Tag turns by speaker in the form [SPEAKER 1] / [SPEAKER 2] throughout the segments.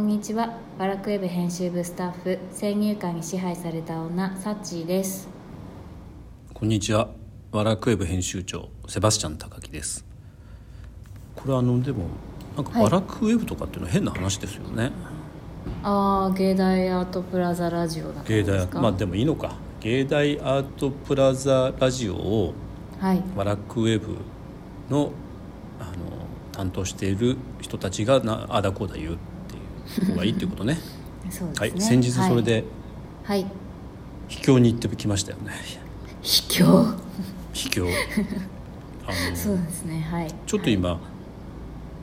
[SPEAKER 1] にちはワラクウェブ編集部スタッフ先入観に支配された女サッチーです
[SPEAKER 2] こんにちは。ワラクエブ編集長セバスチャン高木です。これあのでもなんか
[SPEAKER 1] はい
[SPEAKER 2] ワラクウェブとかっていうのは変な話ですよね。
[SPEAKER 1] ああ芸大アートプラザラジオだったん
[SPEAKER 2] 芸
[SPEAKER 1] で
[SPEAKER 2] 大
[SPEAKER 1] すか
[SPEAKER 2] まあでもいいのか。芸大アートプラザラジオを
[SPEAKER 1] はい
[SPEAKER 2] ワラクウェブのあの担当している人たちがなあだこうだ言うっていう方がいいっていうことね。
[SPEAKER 1] そうです
[SPEAKER 2] は
[SPEAKER 1] ね、
[SPEAKER 2] い。先日それで
[SPEAKER 1] はい、はい、
[SPEAKER 2] 秘境に行ってきましたよね。
[SPEAKER 1] 卑怯
[SPEAKER 2] 秘 境。あ
[SPEAKER 1] そ
[SPEAKER 2] の
[SPEAKER 1] うですねはい
[SPEAKER 2] ちょっと今、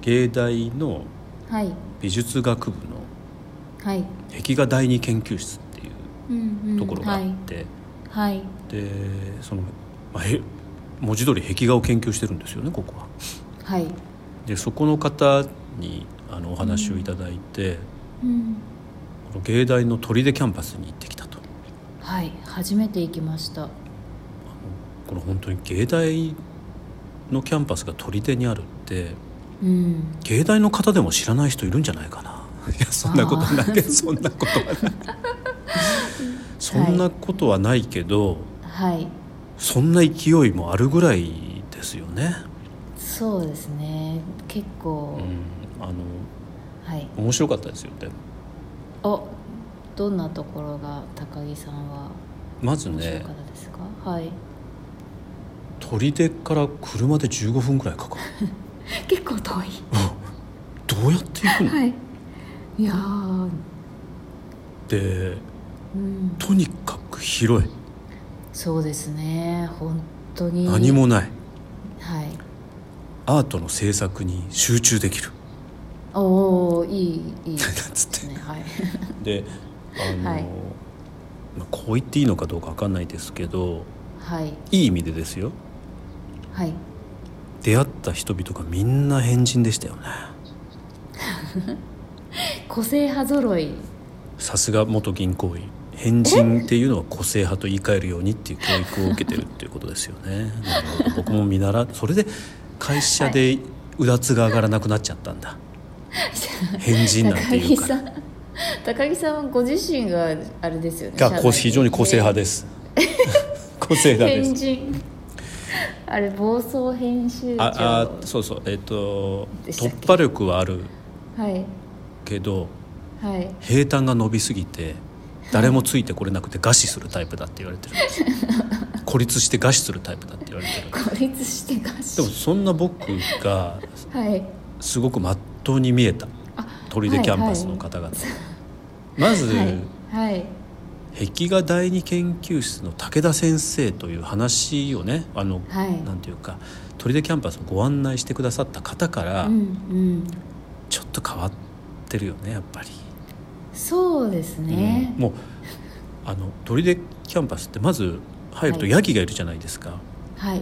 [SPEAKER 2] 芸大の
[SPEAKER 1] はい
[SPEAKER 2] 美術学部の
[SPEAKER 1] はい、
[SPEAKER 2] 壁画第二研究室っていう
[SPEAKER 1] うんうん、
[SPEAKER 2] ところがあって、
[SPEAKER 1] はい、はい、
[SPEAKER 2] でその、まあ、へ文字通り壁画を研究してるんですよねここは。
[SPEAKER 1] はい
[SPEAKER 2] でそこの方にあのお話をいただいて、
[SPEAKER 1] うん
[SPEAKER 2] この芸大の砦キャンパスに行ってきたと。
[SPEAKER 1] はい初めて行きました
[SPEAKER 2] この本当に芸大のキャンパスが砦にあるって
[SPEAKER 1] うん
[SPEAKER 2] 芸大の方でも知らない人いるんじゃないか ないやそんなことないけどそんなことはないそんなことはないけど、
[SPEAKER 1] はい
[SPEAKER 2] そんな勢いもあるぐらいですよね。
[SPEAKER 1] そうですね結構
[SPEAKER 2] う、ん、あの
[SPEAKER 1] はい
[SPEAKER 2] 面白かったですよね。
[SPEAKER 1] おどんなところが高木さんは
[SPEAKER 2] まず
[SPEAKER 1] 面白
[SPEAKER 2] ね
[SPEAKER 1] かったですか、はい
[SPEAKER 2] 砦から車で15分ぐらいかかる。
[SPEAKER 1] 結構遠い
[SPEAKER 2] どうやって行くの？
[SPEAKER 1] はいいやー
[SPEAKER 2] で
[SPEAKER 1] うん
[SPEAKER 2] とにかく広い
[SPEAKER 1] そうですね本当に
[SPEAKER 2] 何もない
[SPEAKER 1] はい
[SPEAKER 2] アートの制作に集中できる。
[SPEAKER 1] おおいいいいです
[SPEAKER 2] つって
[SPEAKER 1] ねはい
[SPEAKER 2] であの、
[SPEAKER 1] はい
[SPEAKER 2] まあこう言っていいのかどうかわかんないですけど
[SPEAKER 1] はい
[SPEAKER 2] いい意味でですよ
[SPEAKER 1] はい
[SPEAKER 2] 出会った人々がみんな変人でしたよね
[SPEAKER 1] 個性派揃い
[SPEAKER 2] さすが元銀行員変人っていうのは個性派と言い換えるようにっていう教育を受けてるっていうことですよねなるほど僕も見習それで会社でうだつが上がらなくなっちゃったん だ、変人なんて
[SPEAKER 1] 高
[SPEAKER 2] いう
[SPEAKER 1] 木
[SPEAKER 2] か
[SPEAKER 1] さ
[SPEAKER 2] ら
[SPEAKER 1] ん 高木さんはご自身があれですよね
[SPEAKER 2] がこう非常に個性派
[SPEAKER 1] で
[SPEAKER 2] です 個性派で
[SPEAKER 1] 変
[SPEAKER 2] す
[SPEAKER 1] 人あれ暴走編集長
[SPEAKER 2] ああそうそうえっ、と
[SPEAKER 1] でしたっけ
[SPEAKER 2] 突破力はある
[SPEAKER 1] はい
[SPEAKER 2] けど
[SPEAKER 1] はい
[SPEAKER 2] 平坦が伸びすぎて誰もついてこれなくて餓死するタイプだって言われてるんです孤立して餓死するタイプだって言われてる
[SPEAKER 1] 孤立して合
[SPEAKER 2] でも
[SPEAKER 1] 唱
[SPEAKER 2] そんな僕が
[SPEAKER 1] はい
[SPEAKER 2] すごくまっとうに見えた砦キャンパスの 方々、まず、
[SPEAKER 1] はいはい
[SPEAKER 2] 壁画第二研究室の武田先生という話をねあの、
[SPEAKER 1] はい
[SPEAKER 2] なんていうか砦キャンパスをご案内してくださった方から、
[SPEAKER 1] うんうん
[SPEAKER 2] ちょっと変わってるよねやっぱり。
[SPEAKER 1] そうですね
[SPEAKER 2] うんもうあの砦キャンパスってまず入ると
[SPEAKER 1] はい
[SPEAKER 2] ヤギがいるじゃないですか、
[SPEAKER 1] はい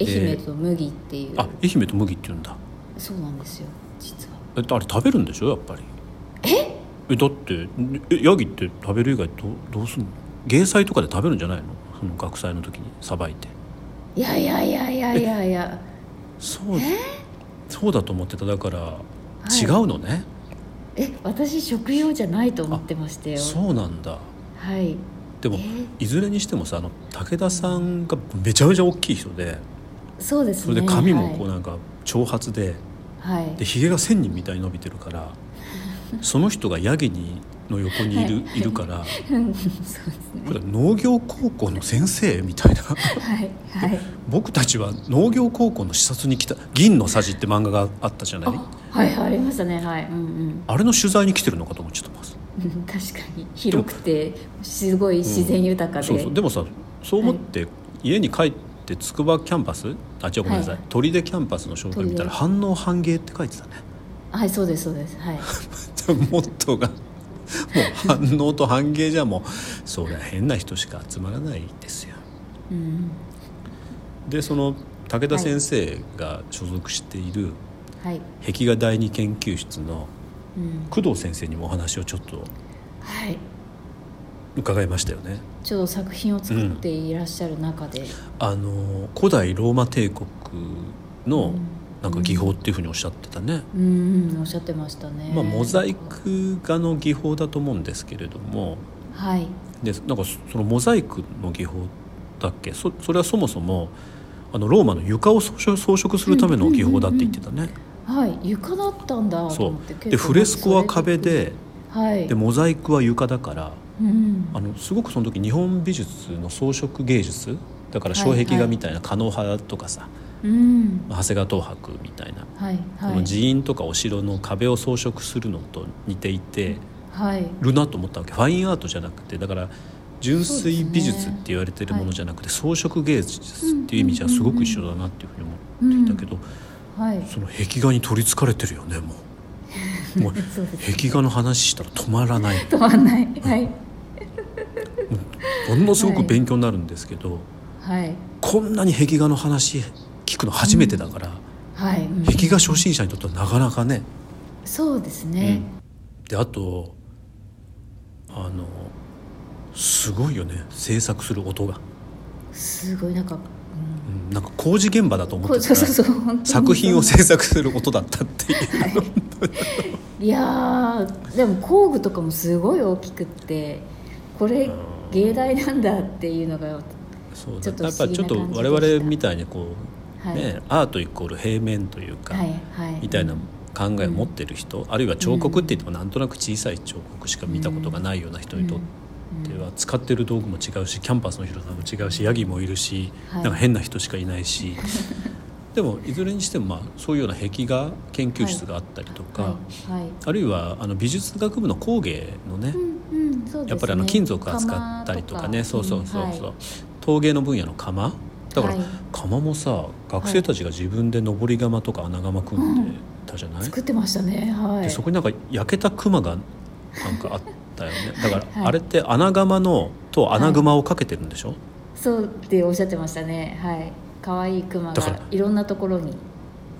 [SPEAKER 1] 愛媛と麦っていう
[SPEAKER 2] あ愛媛と麦って言うんだ
[SPEAKER 1] そうなんですよ実は
[SPEAKER 2] えあれ食べるんでしょやっぱりええだってえヤギって食べる以外どうどうすんの芸祭とかで食べるんじゃないのその学祭の時にさばいて
[SPEAKER 1] いやいやいやいやいやい や
[SPEAKER 2] そうそうだと思ってただから
[SPEAKER 1] い
[SPEAKER 2] 違うのね、
[SPEAKER 1] え私食用じゃないと思ってましたよ
[SPEAKER 2] そうなんだ
[SPEAKER 1] はい
[SPEAKER 2] でも
[SPEAKER 1] え
[SPEAKER 2] いずれにしてもさあの武田さんがめちゃめちゃ大きい人で
[SPEAKER 1] そうです
[SPEAKER 2] そ
[SPEAKER 1] ね
[SPEAKER 2] れで髪もこう
[SPEAKER 1] はい
[SPEAKER 2] なんか長髪で、
[SPEAKER 1] はい
[SPEAKER 2] でひげが千人みたいに伸びてるから その人がヤギにの横にいる,、い、るから
[SPEAKER 1] うん そうですね
[SPEAKER 2] これ農業高校の先生みたいな
[SPEAKER 1] はいはい
[SPEAKER 2] 僕たちは農業高校の視察に来た「銀のさじ」って漫画があったじゃない
[SPEAKER 1] あはいはいありましたねはいうん
[SPEAKER 2] あれの取材に来てるのかと思っちゃってます
[SPEAKER 1] うん 確かに広くてすごい自然豊かで、
[SPEAKER 2] そうそうでもさそう思って家に帰って筑波キャンパスあ違うごめんなさい、
[SPEAKER 1] はい
[SPEAKER 2] 砦キャンパスの紹介見たら「
[SPEAKER 1] 砦
[SPEAKER 2] 反応反芸」って書いてたね
[SPEAKER 1] はいそうですそうです はい
[SPEAKER 2] モットーがもう反応と反芸じゃもうそりゃ変な人しか集まらないですよ
[SPEAKER 1] うん
[SPEAKER 2] でその武田先生が所属している
[SPEAKER 1] はい
[SPEAKER 2] 壁画第二研究室の
[SPEAKER 1] うん
[SPEAKER 2] 工藤先生にもお話をちょっと
[SPEAKER 1] はい
[SPEAKER 2] 伺いましたよね。
[SPEAKER 1] ちょっと作品を作っていらっしゃる中で、
[SPEAKER 2] あの古代ローマ帝国
[SPEAKER 1] う
[SPEAKER 2] の
[SPEAKER 1] ん
[SPEAKER 2] なんか技法っていうふうにおっしゃってたね。
[SPEAKER 1] うんうんおっしゃってましたね
[SPEAKER 2] まあ、モザイク画の技法だと思うんですけれども
[SPEAKER 1] はい
[SPEAKER 2] でなんかそそのモザイクの技法だっけそそれはそもそもあのローマの床を装飾装飾するための技法だって言ってたね。
[SPEAKER 1] はい床だったんだと
[SPEAKER 2] そ
[SPEAKER 1] 思って
[SPEAKER 2] うでフレスコは壁で
[SPEAKER 1] はい
[SPEAKER 2] でモザイクは床だから
[SPEAKER 1] うん
[SPEAKER 2] あのすごくその時日本美術の装飾芸術だから障壁画みたいな狩野派とか
[SPEAKER 1] う
[SPEAKER 2] さ、
[SPEAKER 1] ん
[SPEAKER 2] まあ長谷川東博みたいな、
[SPEAKER 1] はい
[SPEAKER 2] こ
[SPEAKER 1] は
[SPEAKER 2] の
[SPEAKER 1] い
[SPEAKER 2] 寺院とかお城の壁を装飾するのと似ていて
[SPEAKER 1] はい
[SPEAKER 2] るなと思ったわけファインアートじゃなくてだから純粋美術って言われてるものじゃなくて、装飾芸術っていう意味じゃすごく一緒だなっていうふうに思っていたけど、
[SPEAKER 1] はい
[SPEAKER 2] その壁画に取りつかれてるよねも う。もう
[SPEAKER 1] そうです
[SPEAKER 2] 壁画の話したら止まらない
[SPEAKER 1] 止まんないはい
[SPEAKER 2] ものすごく勉強になるんですけど、
[SPEAKER 1] はい
[SPEAKER 2] こんなに壁画の話聞くの初めてだから、
[SPEAKER 1] はい、うん
[SPEAKER 2] 壁画初心者にとってはなかなかね。
[SPEAKER 1] そうです
[SPEAKER 2] うん
[SPEAKER 1] ね、
[SPEAKER 2] であとあのすごいよね制作する音が、
[SPEAKER 1] すごいなんか、うん
[SPEAKER 2] うんなんか工事現場だと思っ
[SPEAKER 1] こうそ
[SPEAKER 2] てた
[SPEAKER 1] う
[SPEAKER 2] ら
[SPEAKER 1] そうそう本当に
[SPEAKER 2] 作品を制作する音だったっていう、
[SPEAKER 1] いやーでも工具とかもすごい大きくってこれ
[SPEAKER 2] ん
[SPEAKER 1] 芸大なんだっていうのが
[SPEAKER 2] そう
[SPEAKER 1] ちょっと
[SPEAKER 2] やっぱりちょっと
[SPEAKER 1] 不思議な感じでした
[SPEAKER 2] 我々みたいにこう、
[SPEAKER 1] はい
[SPEAKER 2] ね、アートイコール平面というか、
[SPEAKER 1] はいはい
[SPEAKER 2] みたいな考えを持ってる人、あるいは彫刻って言ってもなんとなく小さい彫刻しか見たことがないような人にとって。は使ってる道具も違うしキャンパスの広さも違うしヤギもいるし、
[SPEAKER 1] はい
[SPEAKER 2] なんか変な人しかいない しでもいずれにしても、まあ、そういうような壁画研究室があったりとか、
[SPEAKER 1] はい、はい
[SPEAKER 2] あるいはあの美術学部の工芸のね、
[SPEAKER 1] うんうんそうですね
[SPEAKER 2] やっぱりあの金属扱ったりとかねそうそうそうそう、陶芸の分野の窯だから、
[SPEAKER 1] はい
[SPEAKER 2] 窯もさ学生たちが自分で登り窯とか穴窯組んでたじゃない、
[SPEAKER 1] 作ってましたねはい
[SPEAKER 2] でそこになんか焼けた熊がなんかあったよねだから、
[SPEAKER 1] はい
[SPEAKER 2] あれって穴窯のと穴熊をかけてるんでしょ、
[SPEAKER 1] そうっておっしゃってましたねはい可愛いクマ
[SPEAKER 2] だから
[SPEAKER 1] がいろんなところに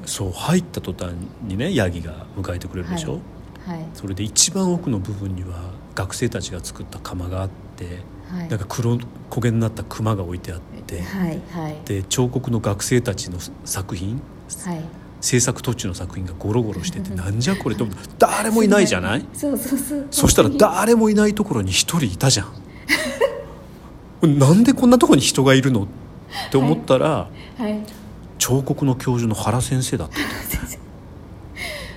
[SPEAKER 2] そう入った途端にねヤギが迎えてくれるでしょ、
[SPEAKER 1] はいはい
[SPEAKER 2] それで一番奥の部分には学生たちが作った窯があって
[SPEAKER 1] はい
[SPEAKER 2] なんか黒焦げになった熊が置いてあって
[SPEAKER 1] はいはい
[SPEAKER 2] で彫刻の学生たちの作品
[SPEAKER 1] はい
[SPEAKER 2] 制作途中の作品がゴロゴロして てなんじゃこれと思って誰もいないじゃない
[SPEAKER 1] そうそうそう
[SPEAKER 2] そしたら誰もいないところに一人いたじ ゃんなんでこんなところに人がいるのって思ったら、
[SPEAKER 1] はい
[SPEAKER 2] 彫刻の教授の原先生だった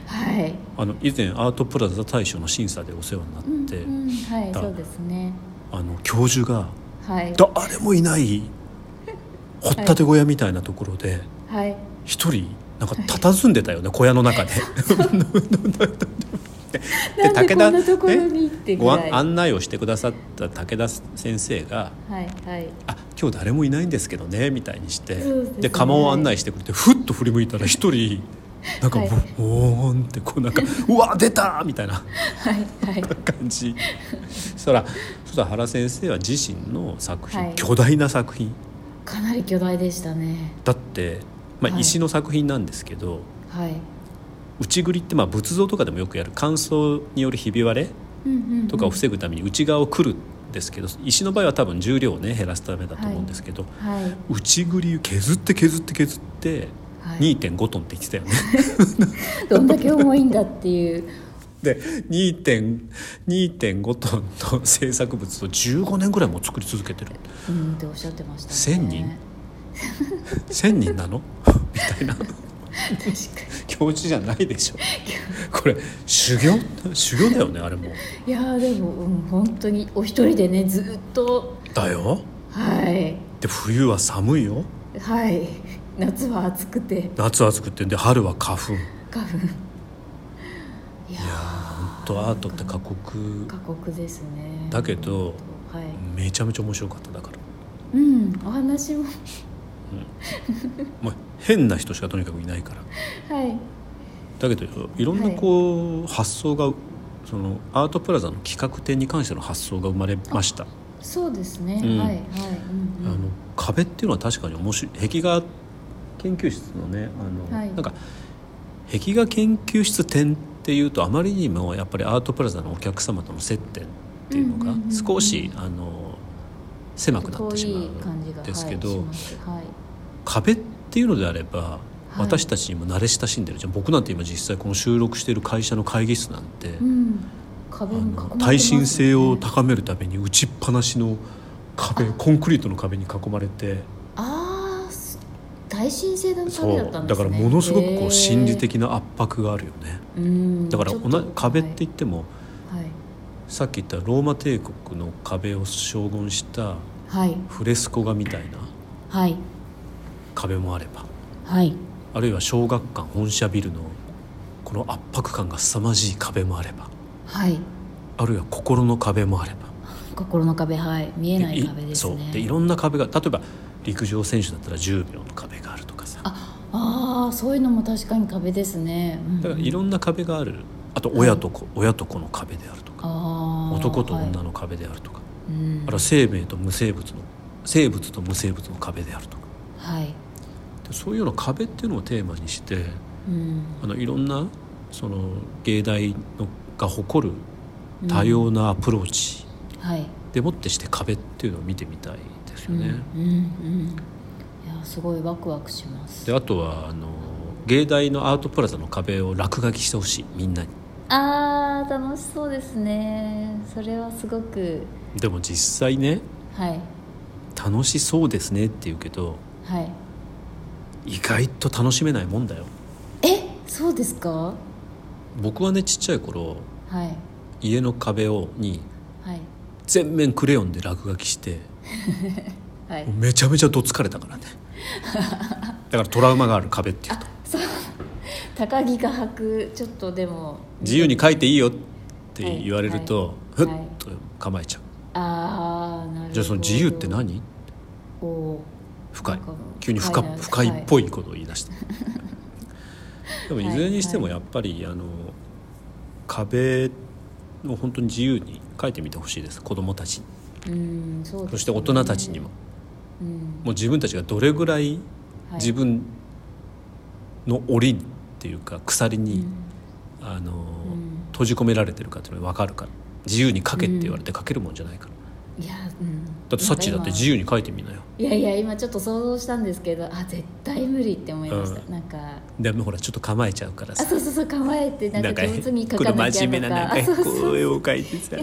[SPEAKER 1] はい
[SPEAKER 2] あの以前アートプラザ大賞の審査でお世話になって、
[SPEAKER 1] うんうんはい
[SPEAKER 2] だ
[SPEAKER 1] そうですね
[SPEAKER 2] あの教授が
[SPEAKER 1] はい
[SPEAKER 2] 誰もいない掘ったて小屋みたいなところで
[SPEAKER 1] はい
[SPEAKER 2] 一人なんか佇んでたよね小屋の 中で。で
[SPEAKER 1] なんでこんなところ
[SPEAKER 2] ね
[SPEAKER 1] にってぐ
[SPEAKER 2] ご
[SPEAKER 1] らい
[SPEAKER 2] 案案内をしてくださった武田先生が
[SPEAKER 1] はいはい
[SPEAKER 2] 「あ今日誰もいないんですけどね」みたいにして
[SPEAKER 1] そうですね
[SPEAKER 2] で窯を案内してくれてふっと振り向いたら一人なんか
[SPEAKER 1] はい
[SPEAKER 2] ボーンってこうな んか「うわ出た!」みたいな。
[SPEAKER 1] はいはい
[SPEAKER 2] 感じそしたらそしたら原先生は自身の作品、
[SPEAKER 1] はい
[SPEAKER 2] 巨大な作品
[SPEAKER 1] かなり巨大でしたね
[SPEAKER 2] だって、まあ、
[SPEAKER 1] はい
[SPEAKER 2] 石の作品なんですけど、
[SPEAKER 1] はい
[SPEAKER 2] 内ぐりってまあ仏像とかでもよくやる乾燥によるひび割れ
[SPEAKER 1] うんうんうん
[SPEAKER 2] とかを防ぐために内側をくるんですけど石の場合は多分重量をね減らすためだと思うんですけど、
[SPEAKER 1] はい
[SPEAKER 2] 内ぐりを削って削って削って
[SPEAKER 1] はい
[SPEAKER 2] 2.5トンって言ってたよね。
[SPEAKER 1] どんだけ重いんだっていう
[SPEAKER 2] で2.5トンの制作物を15年ぐらいもう作り続けてる
[SPEAKER 1] うんっておっしゃってましたね
[SPEAKER 2] 千人1,000人なのみたいな。
[SPEAKER 1] 確か
[SPEAKER 2] 教授じゃないでしょこれ修行修行だよねあれも
[SPEAKER 1] にいやーでもうん本当にお一人でねずっと
[SPEAKER 2] だよ
[SPEAKER 1] はい
[SPEAKER 2] で冬は寒いよ
[SPEAKER 1] はい夏は暑くて
[SPEAKER 2] 夏暑くてで春は花粉
[SPEAKER 1] 花粉いや
[SPEAKER 2] とアートって過酷
[SPEAKER 1] ー過酷ですね
[SPEAKER 2] だけど
[SPEAKER 1] はい
[SPEAKER 2] めちゃめちゃ面白かっただから
[SPEAKER 1] うんお話も
[SPEAKER 2] もう変な人しかとにかくいないから
[SPEAKER 1] はい
[SPEAKER 2] だけどいろんなこう、発想がそのアートプラザの企画展に関しての発想が生まれました
[SPEAKER 1] そうですね、
[SPEAKER 2] うん
[SPEAKER 1] はいはい、うん
[SPEAKER 2] あの壁っていうのは確かに面白い壁画研究室のねあの、
[SPEAKER 1] はい
[SPEAKER 2] なんか壁画研究室展っていうとあまりにもやっぱりアートプラザのお客様との接点っていうのが
[SPEAKER 1] うんうんうんうん
[SPEAKER 2] 少し、あの狭くなってしま
[SPEAKER 1] 遠い感じ
[SPEAKER 2] うん
[SPEAKER 1] が
[SPEAKER 2] ですけ
[SPEAKER 1] はいし
[SPEAKER 2] ど
[SPEAKER 1] ますはい
[SPEAKER 2] 壁っていうのであれば
[SPEAKER 1] はい
[SPEAKER 2] 私たちにも慣れ親しんでるじゃん僕なんて今実際この収録してる会社の会議室なんて、
[SPEAKER 1] うん、壁
[SPEAKER 2] あ
[SPEAKER 1] に囲ま
[SPEAKER 2] の
[SPEAKER 1] れてますよね
[SPEAKER 2] 耐震性を高めるために打ちっぱなしの壁コンクリートの壁に囲まれて
[SPEAKER 1] ああす耐震性のた
[SPEAKER 2] そ
[SPEAKER 1] め
[SPEAKER 2] う
[SPEAKER 1] だったんで
[SPEAKER 2] だ
[SPEAKER 1] すね
[SPEAKER 2] からものすごく
[SPEAKER 1] へ
[SPEAKER 2] こ
[SPEAKER 1] ー
[SPEAKER 2] う心理的な圧迫があるよね
[SPEAKER 1] うん
[SPEAKER 2] だから
[SPEAKER 1] ちょっ
[SPEAKER 2] お
[SPEAKER 1] と
[SPEAKER 2] な壁って言っても
[SPEAKER 1] はい
[SPEAKER 2] さっき言ったローマ帝国の壁を将軍した
[SPEAKER 1] はい
[SPEAKER 2] フレスコ画みたいな
[SPEAKER 1] はい
[SPEAKER 2] 壁もあれば
[SPEAKER 1] はい
[SPEAKER 2] あるいは小学館本社ビルのこの圧迫感が凄まじい壁もあれば
[SPEAKER 1] はい
[SPEAKER 2] あるいは心の壁もあれば
[SPEAKER 1] 心の壁はい見えない壁ですね
[SPEAKER 2] そうでいろんな壁が例えば陸上選手だったら10秒の壁があるとかさ
[SPEAKER 1] ああそういうのも確かに壁ですね、うん
[SPEAKER 2] だからいろんな壁があるあと親と子、親と子の壁であるとか
[SPEAKER 1] あー
[SPEAKER 2] 男と女
[SPEAKER 1] はい
[SPEAKER 2] の壁であるとか、
[SPEAKER 1] うん
[SPEAKER 2] あるいは生命と無生物の生物と無生物の壁であるとか
[SPEAKER 1] はい
[SPEAKER 2] でそういうような壁っていうのをテーマにして
[SPEAKER 1] うん
[SPEAKER 2] あのいろんなその芸大のが誇る多様なアプローチ
[SPEAKER 1] はい
[SPEAKER 2] でもってして壁っていうのを見てみたいですよね。
[SPEAKER 1] うんうんうんいやすごいワクワクします
[SPEAKER 2] であとはあの芸大のアートプラザの壁を落書きしてほしいみんなに
[SPEAKER 1] あー楽しそうですねそれはすごく
[SPEAKER 2] でも実際ね
[SPEAKER 1] はい
[SPEAKER 2] 楽しそうですねって言うけど
[SPEAKER 1] はい
[SPEAKER 2] 意外と楽しめないもんだよ
[SPEAKER 1] えそうですか
[SPEAKER 2] 僕はねちっちゃい頃
[SPEAKER 1] はい
[SPEAKER 2] 家の壁をに
[SPEAKER 1] はい
[SPEAKER 2] 全面クレヨンで落書きして
[SPEAKER 1] はい
[SPEAKER 2] もうめちゃめちゃどつかれ たからねだからトラウマがある壁っていうと
[SPEAKER 1] 高木が履くちょっとでも
[SPEAKER 2] 自由に書いていいよって言われると、
[SPEAKER 1] はい
[SPEAKER 2] ふ
[SPEAKER 1] はい
[SPEAKER 2] っと構えちゃう、
[SPEAKER 1] ああなるほど
[SPEAKER 2] じゃあその自由って何
[SPEAKER 1] おー
[SPEAKER 2] 深い
[SPEAKER 1] なんか
[SPEAKER 2] 急に
[SPEAKER 1] 深
[SPEAKER 2] 深
[SPEAKER 1] いな
[SPEAKER 2] 不快っぽいことを言い出したでもいずれにしても
[SPEAKER 1] はい
[SPEAKER 2] やっぱりあの壁を本当に自由に書いてみてほしいです子どもたちに
[SPEAKER 1] うんそうです
[SPEAKER 2] そして大人たちにも
[SPEAKER 1] うん
[SPEAKER 2] もう自分たちがどれぐらい
[SPEAKER 1] はい
[SPEAKER 2] 自分の檻っていうか鎖に、あの
[SPEAKER 1] ん
[SPEAKER 2] 閉じ込められてるかっていうのが分かるから自由に書けって言われて書けるもんじゃないから、
[SPEAKER 1] いやうん
[SPEAKER 2] だってサッチーだって自由に書いてみなよ
[SPEAKER 1] いやいや今ちょっと想像したんですけどあ絶対無理って思いました、
[SPEAKER 2] うん
[SPEAKER 1] なんか
[SPEAKER 2] でもほらちょっと構えちゃうから
[SPEAKER 1] あ
[SPEAKER 2] さ
[SPEAKER 1] そうそうそう構えてなんか上手に書
[SPEAKER 2] こ
[SPEAKER 1] か
[SPEAKER 2] の
[SPEAKER 1] なきゃ
[SPEAKER 2] 真
[SPEAKER 1] とか
[SPEAKER 2] 面目ななんか
[SPEAKER 1] あそうそうそう
[SPEAKER 2] 絵を描いてさ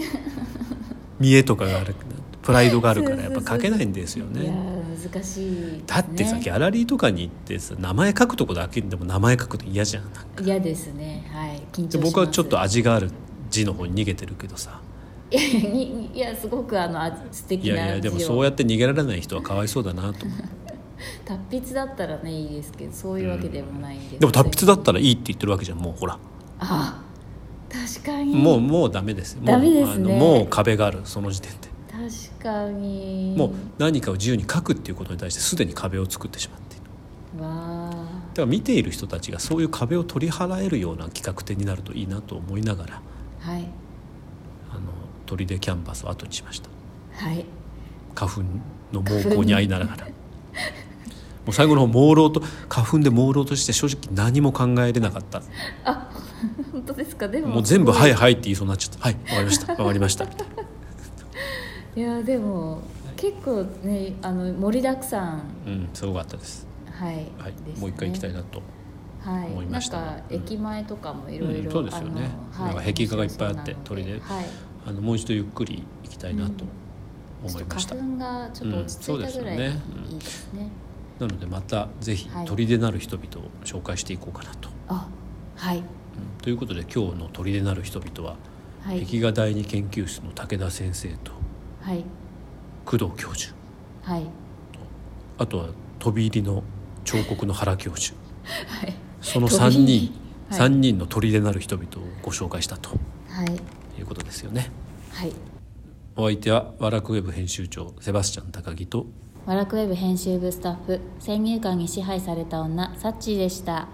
[SPEAKER 2] 見栄とかがあるプライドがあるからやっぱ描けないんですよ
[SPEAKER 1] いや
[SPEAKER 2] ね。
[SPEAKER 1] ー難しいですね
[SPEAKER 2] だってさ、ギャラリーとかに行ってさ名前書くとこだけでも名前書くと嫌じゃん
[SPEAKER 1] 嫌ですねはい緊張し
[SPEAKER 2] で
[SPEAKER 1] ます
[SPEAKER 2] 僕はちょっと味がある字の方に逃げてるけどさ
[SPEAKER 1] いやいやいやすごくあのあ素
[SPEAKER 2] い
[SPEAKER 1] 敵な字を
[SPEAKER 2] やいやでもそうやって逃げられない人はかわいそうだなと思って
[SPEAKER 1] 達筆だったらねいいですけどそういうわけでもないんで、
[SPEAKER 2] でも達筆
[SPEAKER 1] だ
[SPEAKER 2] だったらいいって言ってるわけじゃんもうほら
[SPEAKER 1] あ確かに
[SPEAKER 2] もうもうダメですよもう
[SPEAKER 1] ダメですね
[SPEAKER 2] あのもう壁があるその時点で
[SPEAKER 1] 確かに
[SPEAKER 2] もう何かを自由に書くっていうことに対してすでに壁を作ってしまっている
[SPEAKER 1] うわあ
[SPEAKER 2] だから見ている人たちがそういう壁を取り払えるような企画展になるといいなと思いながら
[SPEAKER 1] はい
[SPEAKER 2] あの砦キャンバスを後にしました
[SPEAKER 1] はい
[SPEAKER 2] 花粉の猛攻に遭いな がらもう最後の方朦朧と花粉で朦朧として正直何も考えれなかった
[SPEAKER 1] あ 本当ですかでも
[SPEAKER 2] もう全部「
[SPEAKER 1] すご
[SPEAKER 2] はいはい」って言いそうになっちゃった「はいわかりましたわかりました」みたいない
[SPEAKER 1] やでも結構ねあの盛りだくさん
[SPEAKER 2] うんすごかったです、
[SPEAKER 1] はい、
[SPEAKER 2] はい
[SPEAKER 1] ですね
[SPEAKER 2] もう一回行きたいなと
[SPEAKER 1] はい
[SPEAKER 2] 思いました
[SPEAKER 1] なんか駅前とかもいろい
[SPEAKER 2] うん
[SPEAKER 1] ろ
[SPEAKER 2] そうですよねなんか壁画がいっぱいあって鳥で
[SPEAKER 1] はい
[SPEAKER 2] あのもう一度ゆっくり行きたいなと
[SPEAKER 1] ちょ
[SPEAKER 2] 思
[SPEAKER 1] っ
[SPEAKER 2] い
[SPEAKER 1] と
[SPEAKER 2] ました、
[SPEAKER 1] 花粉がちょっと落ち着いたぐらい
[SPEAKER 2] う
[SPEAKER 1] い
[SPEAKER 2] んそうですよねうん
[SPEAKER 1] いですね,、
[SPEAKER 2] なのでまたぜひ
[SPEAKER 1] はい
[SPEAKER 2] 砦なる人々を紹介していこうかなと。
[SPEAKER 1] あはい
[SPEAKER 2] うんということで今日の「砦なる人々は」
[SPEAKER 1] はい
[SPEAKER 2] 壁画第二研究室の武田先生と
[SPEAKER 1] はい
[SPEAKER 2] 工藤教授
[SPEAKER 1] はい
[SPEAKER 2] あとは飛び入りの彫刻の原教授
[SPEAKER 1] はい
[SPEAKER 2] その
[SPEAKER 1] 飛び
[SPEAKER 2] 3
[SPEAKER 1] 入
[SPEAKER 2] 人
[SPEAKER 1] り、はい
[SPEAKER 2] 三人の砦なる人々をご紹介したと
[SPEAKER 1] はい
[SPEAKER 2] いうことですよね。
[SPEAKER 1] はい
[SPEAKER 2] お相手はワラクウェブ編集長セバスチャン高木と
[SPEAKER 1] ワラクウェブ編集部スタッフ先入観に支配された女サッチーでした